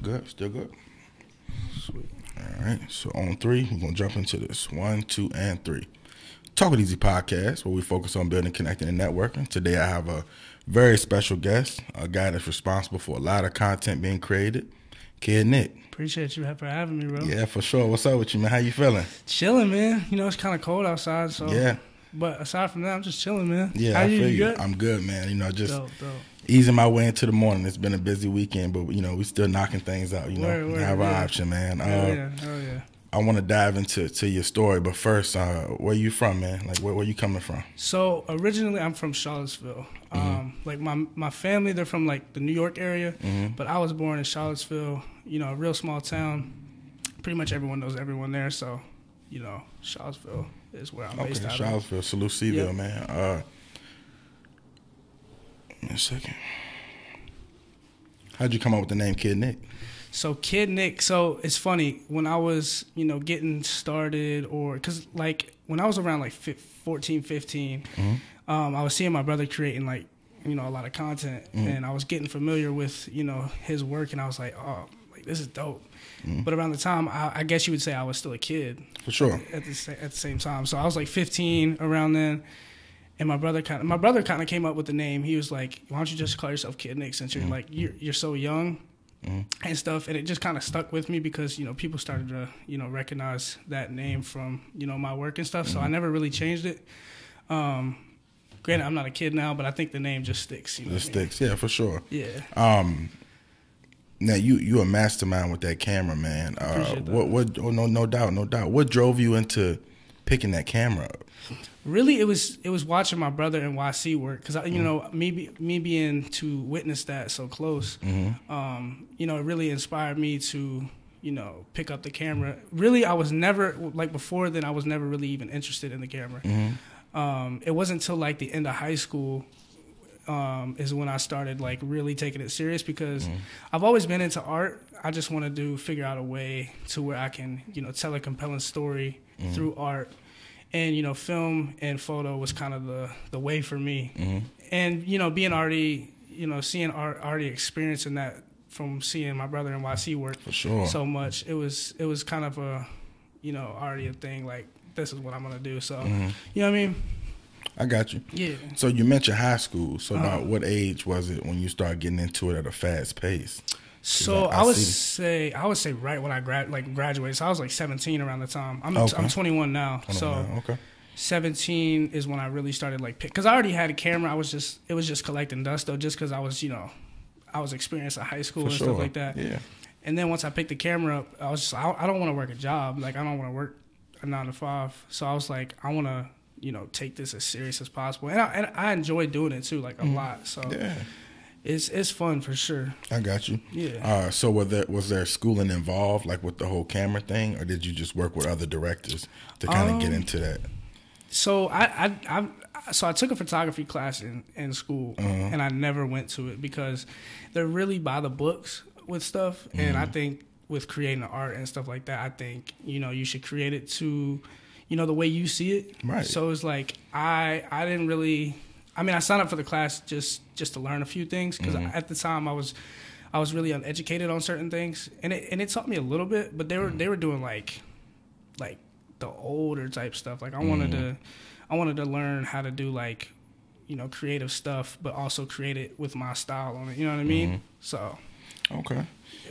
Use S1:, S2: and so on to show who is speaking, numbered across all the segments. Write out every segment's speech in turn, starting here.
S1: good. Still good. Sweet. All right. So on three, we're gonna jump into this. One, two, and three. Talk with Easy podcast, where we focus on building, connecting, and networking. Today, I have a very special guest, a guy that's responsible for a lot of content being created. Kid Nick.
S2: Appreciate you for having me, bro.
S1: Yeah, for sure. What's up with you, man? How you feeling?
S2: Chilling, man. You know it's kind of cold outside, so
S1: Yeah,
S2: But aside from that, I'm just chilling, man.
S1: yeah.
S2: Oh. How
S1: I
S2: you,
S1: feel you.
S2: good?
S1: I'm good, man. You know, just
S2: dope, dope.
S1: easing my way into the morning. It's been a busy weekend, but you know, we still knocking things out. You know,
S2: Word, word,
S1: have our
S2: yeah.
S1: option, man. Uh,
S2: Hell yeah, hell yeah.
S1: I want to dive into to your story, but first, uh, where you from, man? Like, where where you coming from?
S2: So originally, I'm from Charlottesville.
S1: Mm-hmm.
S2: Um, like my my family, they're from like the New York area,
S1: Mm-hmm.
S2: but I was born in Charlottesville. You know, a real small town. Pretty much everyone knows everyone there, so you know, Charlottesville is where I'm
S1: Okay,
S2: based out of.
S1: Charlottesville, Seleuceville,
S2: Yep.
S1: man. Uh, give me a second. How'd you come up with the name Kid Nick?
S2: So Kid Nick. So it's funny when I was, you know, getting started or cuz like when I was around like fif- 14, 15, um, I was seeing my brother creating like, you know, a lot of content and I was getting familiar with, you know, his work and I was like, "Oh, like this is dope." But around the time, I, I guess you would say I was still a kid
S1: For sure.
S2: at the sa- at the same time. So I was like 15 around then, and my brother kind of my brother kind of came up with the name. He was like, "Why don't you just call yourself Kid Nick since you're like you're you're so young." And stuff, and it just kind of stuck with me because you know people started to you know recognize that name from you know my work and stuff. So I never really changed it. Um, granted, I'm not a kid now, but I think the name just sticks. You
S1: The
S2: know what I mean?
S1: sticks, yeah, for sure.
S2: Yeah.
S1: Um, now you you a mastermind with that camera, man. Uh,
S2: Appreciate that.
S1: what what? Oh, no, no doubt, no doubt. What drove you into picking that camera up?
S2: really it was it was watching my brother and YC work because you know me be- me being to witness that so close, um, you know, it really inspired me to you know pick up the camera. Really, I was never like before then. I was never really even interested in the camera. Um, it wasn't until like the end of high school. Um, is when I started like really taking it serious because I've always been into art. I just want to do figure out a way to where I can you know tell a compelling story through art and you know film and photo was kind of the the way for me and you know being already you know seeing art already experiencing that from seeing my brother in yc work
S1: For sure.
S2: so much it was it was kind of a you know already a thing like this is what i'm gonna do so
S1: Mm-hmm.
S2: you know what i mean
S1: I got you.
S2: yeah
S1: So you mentioned high school. So
S2: Uh-huh.
S1: about what age was it when you started getting into it at a fast pace?
S2: so
S1: I- I
S2: i would
S1: see.
S2: say i would say right when i grad like graduated so i was like 17 around the time i'm,
S1: Okay.
S2: I'm 21 now
S1: I don't
S2: so
S1: know. okay,
S2: 17 is when I really started like pick because I already had a camera. I was just it was just collecting dust though, just because I was you know I was experienced at high school
S1: for
S2: and
S1: sure.
S2: stuff like that.
S1: Yeah,
S2: And then once I picked the camera up, I was just I, I don't want to work a job. Like I don't want to work a nine to five. So I was like I want to you know take this as serious as possible. And I, and I enjoy doing it too like a lot. So
S1: Mm. yeah.
S2: it's it's fun for sure.
S1: I got you.
S2: Yeah.
S1: Uh, so was there was there schooling involved, like with the whole camera thing, or did you just work with other directors to kind of
S2: Um,
S1: get into that?
S2: So I, I, I so I took a photography class in, in school, and I never went to it because they're really by the books with stuff, and I think with creating art and stuff like that, I think you know you should create it to, you know, the way you see it.
S1: Right.
S2: So it's like I I didn't really. I mean, I signed up for the class just just to learn a few things because at the time I was. I was really uneducated on certain things, and it and it taught me a little bit. But they were they were doing like like the older type stuff. Like I wanted to I wanted to learn how to do like you know creative stuff, but also create it with my style on it. You know what I mean? So
S1: Okay.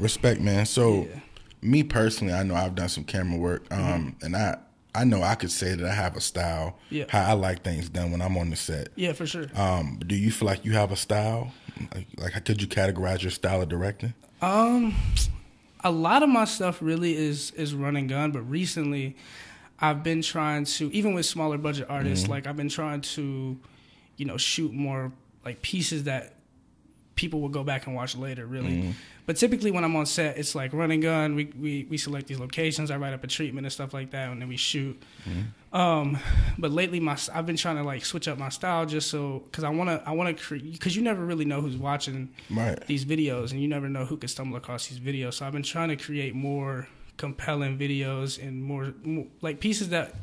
S1: Respect, man. So,
S2: Yeah. Mm-hmm.
S1: me personally, I know I've done some camera work, um, and I I know I could say that I have a style,
S2: Yeah.
S1: how I like things done when I'm on the set.
S2: yeah, for sure.
S1: Um, do you feel like you have a style? Like, like could you categorize your style of directing?
S2: Um, a lot of my stuff really is is run and gun, but recently I've been trying to even with smaller budget artists, like I've been trying to, you know, shoot more like pieces that people will go back and watch later, really. But typically when I'm on set, it's like run and gun. We we we select these locations. I write up a treatment and stuff like that, and then we shoot. Um, but lately, my I've been trying to like switch up my style just so because I wanna I wanna create because you never really know who's watching
S1: Right.
S2: these videos and you never know who could stumble across these videos so i've been trying to create more compelling videos and more, more like pieces that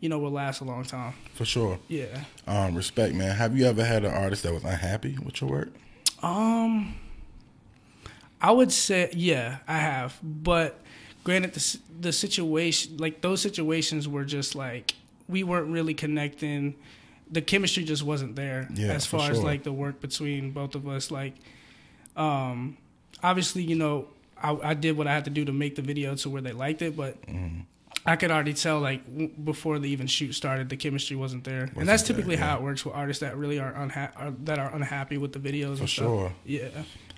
S2: you know will last a long time
S1: For sure.
S2: yeah
S1: Um, respect, man. Have you ever had an artist that was unhappy with your work?
S2: um I would say, yeah, I have. But granted, the the situation, like those situations, were just like we weren't really connecting. The chemistry just wasn't there
S1: Yeah,
S2: as
S1: for
S2: far as
S1: sure.
S2: like the work between both of us. Like, um, obviously, you know, I, I did what I had to do to make the video to where they liked it, but.
S1: Mm-hmm.
S2: I could already tell, like w- before the even shoot started, the chemistry wasn't there, and that's
S1: there,
S2: typically
S1: yeah.
S2: how it works with artists that really are, unha- are that are unhappy with the videos.
S1: For
S2: and stuff.
S1: sure.
S2: yeah.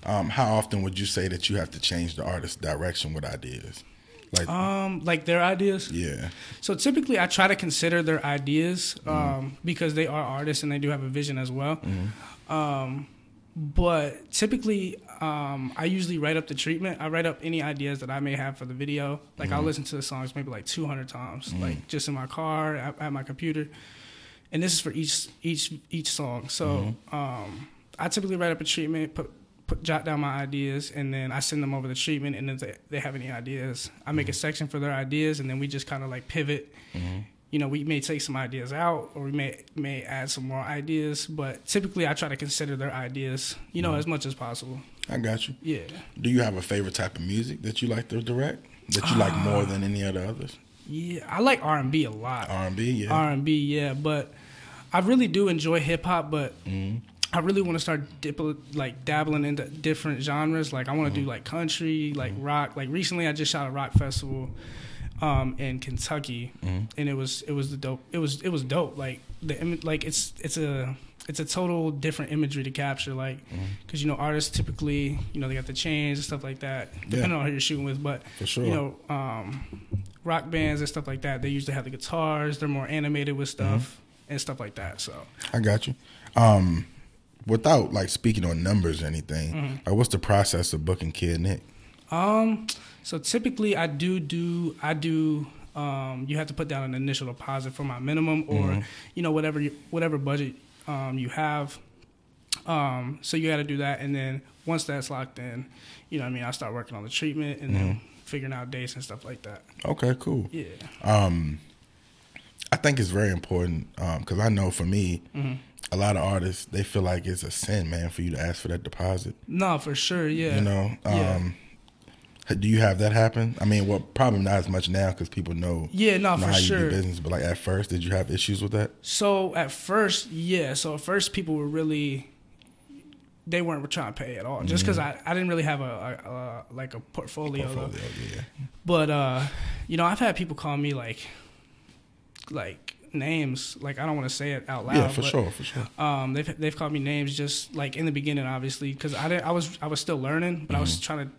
S1: Um, how often would you say that you have to change the artist's direction with ideas? Like,
S2: Um, like their ideas.
S1: yeah,
S2: So typically, I try to consider their ideas um, because they are artists and they do have a vision as well. Um, but typically, um, I usually write up the treatment. I write up any ideas that I may have for the video. Like I'll listen to the songs maybe like 200 times, like just in my car at, at my computer. And this is for each each each song. So um, I typically write up a treatment, put, put jot down my ideas, and then I send them over the treatment. And if they, they have any ideas, I make a section for their ideas, and then we just kind of like pivot. You know, we may take some ideas out, or we may may add some more ideas. But typically, I try to consider their ideas, you know, as much as possible.
S1: I got you.
S2: Yeah.
S1: Do you have a favorite type of music that you like to direct? That you like more than any other others?
S2: Yeah, I like R and B a lot.
S1: R and B, yeah.
S2: R and B, yeah. But I really do enjoy hip hop, but I really want to start dip, like dabbling into different genres. Like I want to do like country, like rock. Like recently, I just shot a rock festival um, in Kentucky, and it was it was the dope. It was it was dope. Like the im- like it's it's a it's a total different imagery to capture, like, because you know artists typically, you know, they got the chains and stuff like that, depending on who you're shooting with. But
S1: For sure.
S2: you know, um, rock bands and stuff like that, they usually have the guitars. They're more animated with
S1: Mm-hmm.
S2: stuff and stuff like that. So
S1: I got you. Um, without like speaking on numbers or anything, like what's the process of booking Kid Nick?
S2: Um, so typically I do do I do. Um, you have to put down an initial deposit for my minimum, or
S1: Mm-hmm.
S2: you know whatever you, whatever budget um, you have. Um, so you got to do that, and then once that's locked in, you know what I mean I start working on the treatment and then
S1: Mm-hmm.
S2: figuring out dates and stuff like that.
S1: Okay, cool.
S2: Yeah,
S1: um, I think it's very important because I know for me,
S2: Mm-hmm.
S1: a lot of artists they feel like it's a sin, man, for you to ask for that deposit.
S2: no, for sure. Yeah,
S1: You know, um,
S2: Yeah.
S1: do you have that happen? I mean, well, probably not as much now because people know,
S2: yeah, no,
S1: know
S2: for
S1: how you
S2: sure.
S1: do business. But like at first, did you have issues with that?
S2: So at first, yeah. So at first, people were really they weren't trying to pay at all, just because I, I didn't really have a, a, a like a portfolio. though.
S1: Mm-hmm. Portfolio, yeah.
S2: But uh, you know, I've had people call me like like names. Like I don't want to say it out loud.
S1: yeah, for
S2: but,
S1: sure, for sure.
S2: Um, they've they've called me names just like in the beginning, obviously, because I didn't. I was I was still learning, but I
S1: Mm-hmm.
S2: was trying to.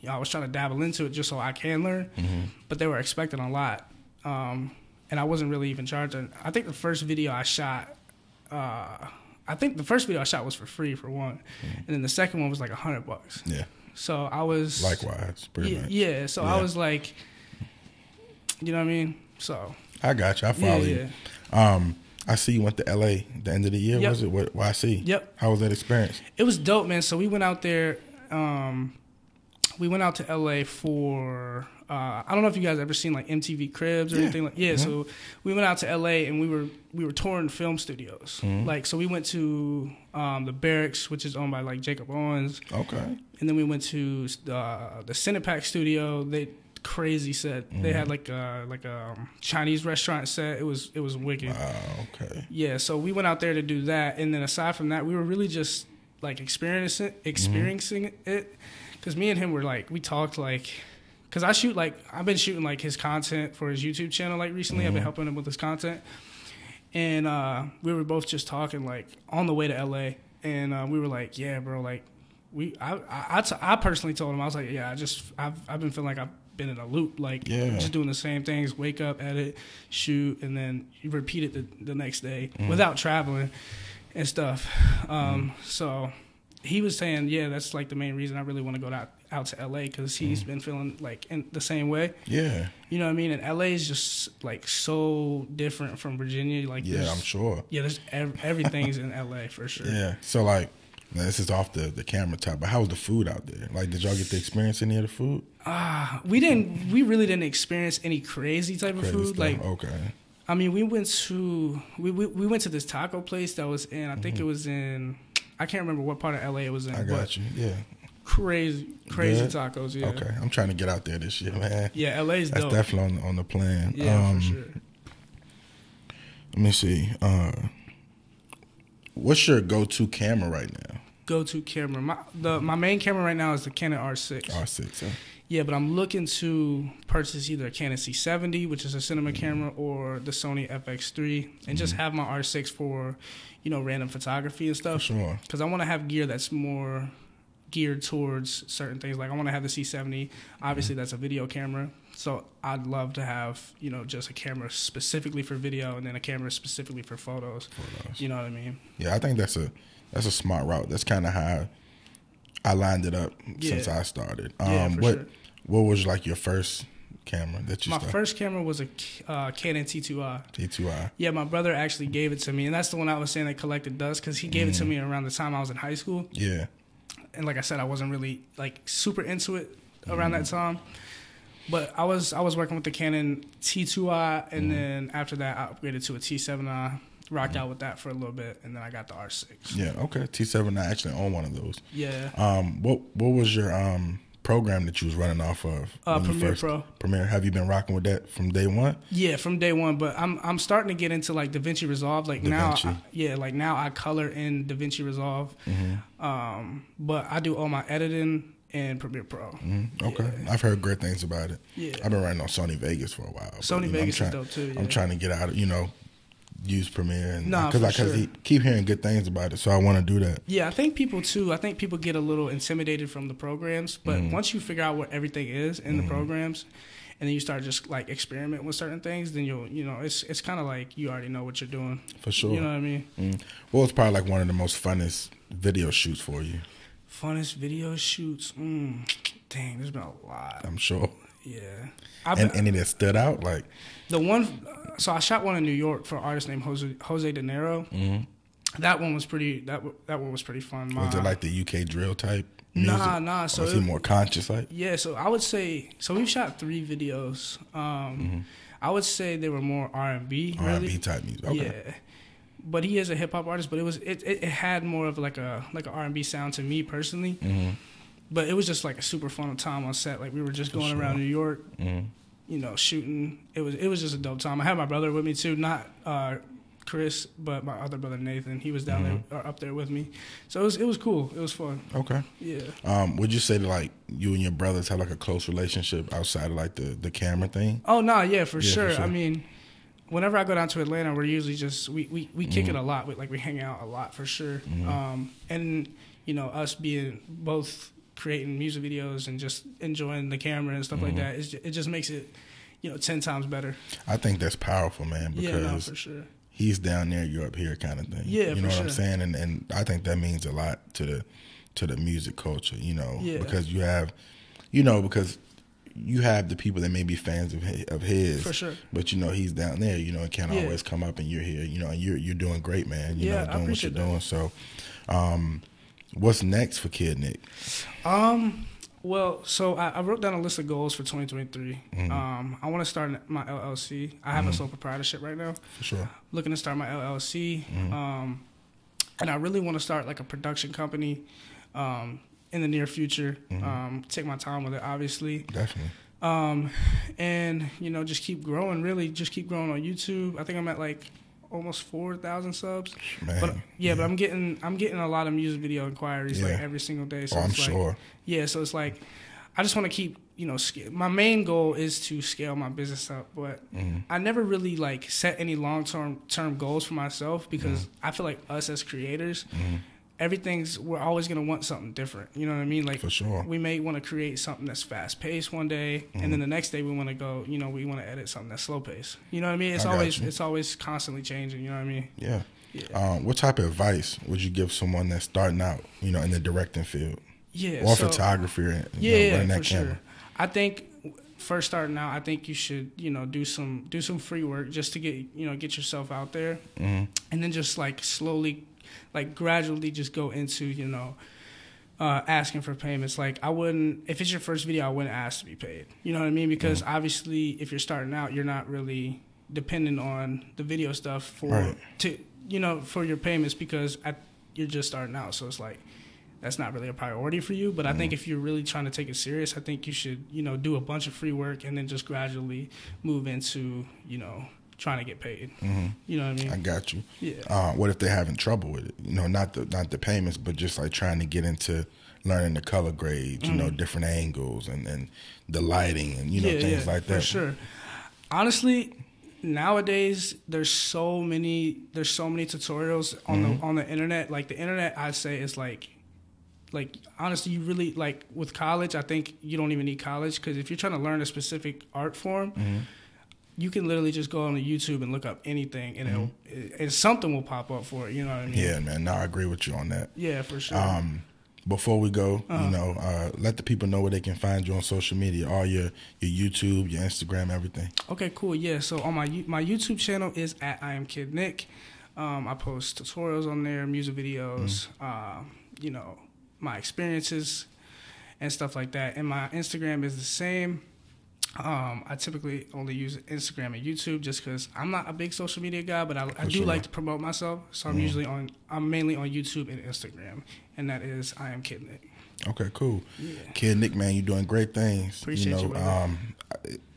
S2: you know, I was trying to dabble into it just so I can learn,
S1: Mm-hmm.
S2: but they were expecting a lot, um, and I wasn't really even charging. I think the first video I shot, uh, I think the first video I shot was for free for one,
S1: Mm-hmm.
S2: and then the second one was like a hundred bucks.
S1: Yeah,
S2: So I was
S1: likewise, pretty
S2: yeah,
S1: much.
S2: yeah, so
S1: Yeah.
S2: I was like, you know what I mean? So
S1: I got you. I
S2: yeah,
S1: follow
S2: yeah.
S1: you. Um, I see you went to L.A. the end of the year.
S2: Yep.
S1: Was it what YC?
S2: Yep.
S1: How was that experience?
S2: it was dope, man. So we went out there. Um, we went out to LA for uh, I don't know if you guys ever seen like MTV Cribs or
S1: Yeah.
S2: anything like yeah. So we went out to LA and we were we were touring film studios. Like so we went to um, the Barracks, which is owned by like Jacob Owens.
S1: Okay.
S2: and then we went to uh, the Cinepack studio. They crazy set. They had like a like a um, Chinese restaurant set. It was it was wicked.
S1: Wow. Ah, Okay.
S2: Yeah, so we went out there to do that, and then aside from that, we were really just like experiencing experiencing it, because me and him were like we talked like, because I shoot like I've been shooting like his content for his YouTube channel like recently. I've been helping him with his content, and uh, we were both just talking like on the way to LA, and uh, we were like, yeah, bro, like we I I, I, t- I personally told him I was like, yeah, I just I've I've been feeling like I've been in a loop like
S1: Yeah.
S2: just doing the same things wake up edit shoot and then you repeat it the, the next day without traveling and stuff um, so he was saying yeah that's like the main reason i really want to go out, out to la because he's
S1: Mm-hmm.
S2: been feeling like in the same way
S1: Yeah.
S2: you know what i mean and la is just like so different from virginia like
S1: Yeah,
S2: there's,
S1: I'm sure.
S2: yeah there's ev- everything's in la for sure
S1: Yeah. So like, now this is off the, the camera top, but how was the food out there? Like, did y'all get to experience any of the food?
S2: ah we didn't we really didn't experience any crazy type of
S1: Crazy
S2: food
S1: stuff.
S2: like
S1: okay.
S2: I mean, we went to we, we we went to this taco place that was in I think it was in I can't remember what part of LA it was in,
S1: Mm-hmm. I
S2: but
S1: got you. Yeah.
S2: Crazy, crazy tacos. Yeah.
S1: Okay, I'm trying to get out there this year, man.
S2: Yeah, LA's
S1: That's
S2: dope.
S1: definitely on, on the plan.
S2: yeah,
S1: Um,
S2: for sure.
S1: Let me see. Uh, what's your go-to camera right now?
S2: Go to camera. My the my main camera right now is the Canon R6.
S1: R6. Huh?
S2: Yeah, but I'm looking to purchase either a Canon C70, which is a cinema
S1: Mm-hmm.
S2: camera, or the Sony FX3, and just have my R6 for, you know, random photography and stuff.
S1: Sure.
S2: Because I want to have gear that's more geared towards certain things. Like I want to have the C70. Obviously,
S1: Mm-hmm.
S2: that's a video camera, so I'd love to have you know just a camera specifically for video, and then a camera specifically for photos. You know what I mean?
S1: Yeah, I think that's a that's a smart route. That's kind of how I lined it up since
S2: Yeah.
S1: I started. Um,
S2: Yeah, for
S1: what
S2: sure.
S1: what was like your first camera that you
S2: My
S1: started?
S2: first camera was a uh, Canon T2i.
S1: T2i.
S2: Yeah, my brother actually gave it to me, and that's the one I was saying that collected dust because he gave it to me around the time I was in high school,
S1: Yeah.
S2: and like I said, I wasn't really like super into it around that time. But I was I was working with the Canon T2i, and then after that, I upgraded to a T7i. Rocked out with that for a little bit, and then I got the R6.
S1: Yeah. Okay. T7. I actually own one of those.
S2: Yeah,
S1: Um, what what was your um program that you was running off of?
S2: Uh,
S1: when you
S2: Premiere Pro.
S1: Premiere. Have you been rocking with that from day one?
S2: yeah, from day one. But I'm I'm starting to get into like DaVinci Resolve. Like now,
S1: DaVinci.
S2: I, yeah, like now I color in DaVinci Resolve. Um, but I do all my editing in Premiere Pro.
S1: Mm-hmm, Okay. I've heard great things about it.
S2: Yeah.
S1: I've been running on Sony Vegas for a while. but,
S2: Sony
S1: you know, I'm
S2: Vegas is
S1: trying-
S2: dope, too,
S1: I'm
S2: yeah.
S1: trying to get out of you know, use Premiere and
S2: Nah,
S1: because
S2: for
S1: I cause
S2: sure.
S1: he keep hearing good things about it, so I want to do that.
S2: Yeah, I think people too. I think people get a little intimidated from the programs, but
S1: Mm.
S2: once you figure out what everything is in the programs, and then you start just like experiment with certain things, then you'll you know it's it's kind of like you already know what you're doing.
S1: For sure.
S2: You know what I mean?
S1: Mm. Well, it's probably like one of the most funnest video shoots for you.
S2: Funnest video shoots. Mm, dang, there's been a lot.
S1: I'm sure.
S2: Yeah, I've
S1: And
S2: been-
S1: any that stood out, like
S2: the one. uh, So I shot one in New York for an artist named Jose Jose De Niro. That one was pretty. That w- that one was pretty fun. My,
S1: Mm-hmm. was it like the UK drill type? Music?
S2: Nah, nah. So
S1: was
S2: it-
S1: he more conscious like?
S2: Yeah, so I would say so. We've shot three videos. Um, I would say they were more R and B,
S1: Mm-hmm. R and
S2: really.
S1: B type Oh, music. Okay.
S2: Yeah, but he is a hip hop artist. But it was it, it, it had more of like a like an R and B sound to me personally. But it was just like a super fun time on set. Like we were just going around New York, you know, shooting. It was it was just a dope time. I had my brother with me too, not uh, Chris, but my other brother Nathan. He was down
S1: Mm-hmm.
S2: there or up there with me, so it was it was cool. It was fun.
S1: Okay.
S2: Yeah.
S1: Um, would you say that like you and your brothers have like a close relationship outside of like the, the camera thing?
S2: Oh no, yeah, for,
S1: for
S2: sure.
S1: sure.
S2: I mean, whenever I go down to Atlanta, we're usually just we we, we kick it a lot. We, like we hang out a lot for sure. Um, and you know, us being both creating music videos and just enjoying the camera and stuff like that, it's, ju- it just makes it you know ten times better.
S1: I think that's powerful, man,
S2: yeah, no,
S1: because
S2: for sure.
S1: he's down there, you're up here kind of thing.
S2: Yeah,
S1: You
S2: for
S1: know what I'm
S2: sure.
S1: saying? And and I think that means a lot to the to the music culture, you know.
S2: Yeah.
S1: Because you have you know, because you have the people that may be fans of his, of his,
S2: For sure.
S1: But you know he's down there, you know, and can't
S2: Yeah.
S1: always come up, and you're here, you know, and you're you're doing great, man. You
S2: Yeah,
S1: know, doing
S2: I
S1: what you're
S2: appreciate that.
S1: doing. So, um, what's next for Kid Nick?
S2: Um, well, so I, I wrote down a list of goals for 2023. Um, I want to start my LLC. I have a sole proprietorship right now.
S1: For sure.
S2: looking to start my LLC,
S1: Mm-hmm.
S2: um, and I really want to start like a production company um, in the near future.
S1: Mm-hmm.
S2: Um, take my time with it, obviously,
S1: Definitely.
S2: um, and you know just keep growing. Really, just keep growing on YouTube. I think I'm at like almost four thousand subs.
S1: Man.
S2: But yeah, but I'm getting I'm getting a lot of music video inquiries like
S1: Yeah.
S2: every single day. So
S1: oh, I'm
S2: it's like,
S1: sure.
S2: yeah, so it's like I just want to keep, you know, sca- my main goal is to scale my business up, but
S1: Mm-hmm.
S2: I never really like set any long-term term goals for myself because
S1: Mm-hmm.
S2: I feel like us as creators, everything's we're always going to want something different. You know what I mean? Like
S1: For sure. Mm-hmm.
S2: we may want to create something that's fast-paced one day and then the next day we want to go, you know, we want to edit something that's slow-paced. You know what I mean? It's
S1: got
S2: always
S1: you.
S2: it's always constantly changing, you know what I mean?
S1: Yeah. Um, what type of advice would you give someone that's starting out, you know, in the directing field
S2: Yeah.
S1: or
S2: so-
S1: photography and you
S2: yeah,
S1: know, running that
S2: for
S1: camera?
S2: sure. I think first starting out, I think you should you know do some do some free work just to get you know get yourself out there,
S1: Mm-hmm.
S2: and then just like slowly, like gradually, just go into you know. Uh, asking for payments, like I wouldn't. If it's your first video, I wouldn't ask to be paid. You know what I mean? Because
S1: Mm-hmm.
S2: obviously, if you're starting out, you're not really dependent on the video stuff for
S1: Right.
S2: to you know for your payments because at, you're just starting out. So it's like that's not really a priority for you. But I think if you're really trying to take it serious, I think you should, you know, do a bunch of free work and then just gradually move into, you know, trying to get paid. You know what I mean?
S1: I got you.
S2: Yeah.
S1: Uh, what if they're having trouble with it? You know, not the not the payments, but just like trying to get into learning the color grades. You know,
S2: Mm-hmm.
S1: different angles and and the lighting and you know things like that.
S2: For sure. Honestly, nowadays there's so many there's so many tutorials on
S1: Mm-hmm.
S2: the on the internet. Like the internet, I say is like like honestly you really like with college i think you don't even need college because if you're trying to learn a specific art form
S1: Mm-hmm.
S2: you can literally just go on youtube and look up anything and it'll, and something will pop up for it you know what i mean
S1: Mm-hmm. Yeah, man. No, I agree with you on that.
S2: yeah Uh-huh. for sure
S1: Um, before we go, you know, uh, let the people know where they can find you on social media, all your your YouTube, your Instagram, everything.
S2: Okay, cool. Yeah. So on my Yo- my YouTube channel is at I am Kid Nick. Um, I post tutorials on there, music
S1: Mm.
S2: videos, uh, you know, my experiences and stuff like that. And my Instagram is the same. Um, I typically only use Instagram and YouTube just because I'm not a big social media guy, but I, I
S1: For
S2: do
S1: sure. Mm.
S2: like to promote myself. So I'm usually on, I'm mainly on YouTube and Instagram, and that is I am Kid Nick.
S1: Okay, cool.
S2: Yeah.
S1: Kid Nick, man, you're doing great things.
S2: Appreciate
S1: you know,
S2: you, brother.
S1: um,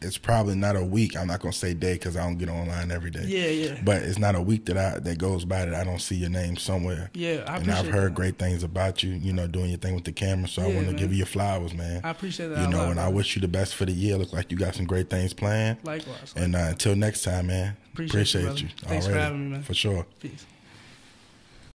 S1: it's probably not a week. I'm not gonna say day because I don't get online every day.
S2: Yeah, yeah.
S1: But it's not a week that I that goes by that I don't see your name somewhere.
S2: Yeah, I
S1: and
S2: appreciate.
S1: I've heard
S2: that.
S1: great things about you. You know, doing your thing with the camera. So I
S2: Yeah,
S1: want to
S2: man.
S1: give you your flowers, man.
S2: I appreciate that.
S1: you
S2: a
S1: know,
S2: lot,
S1: and I
S2: brother.
S1: wish you the best for the year. Look like you got some great things planned.
S2: likewise.
S1: And uh, until next time, man.
S2: Appreciate you,
S1: Appreciate,
S2: brother.
S1: you.
S2: Thanks for
S1: Alrighty.
S2: having me, man.
S1: For sure.
S2: Peace.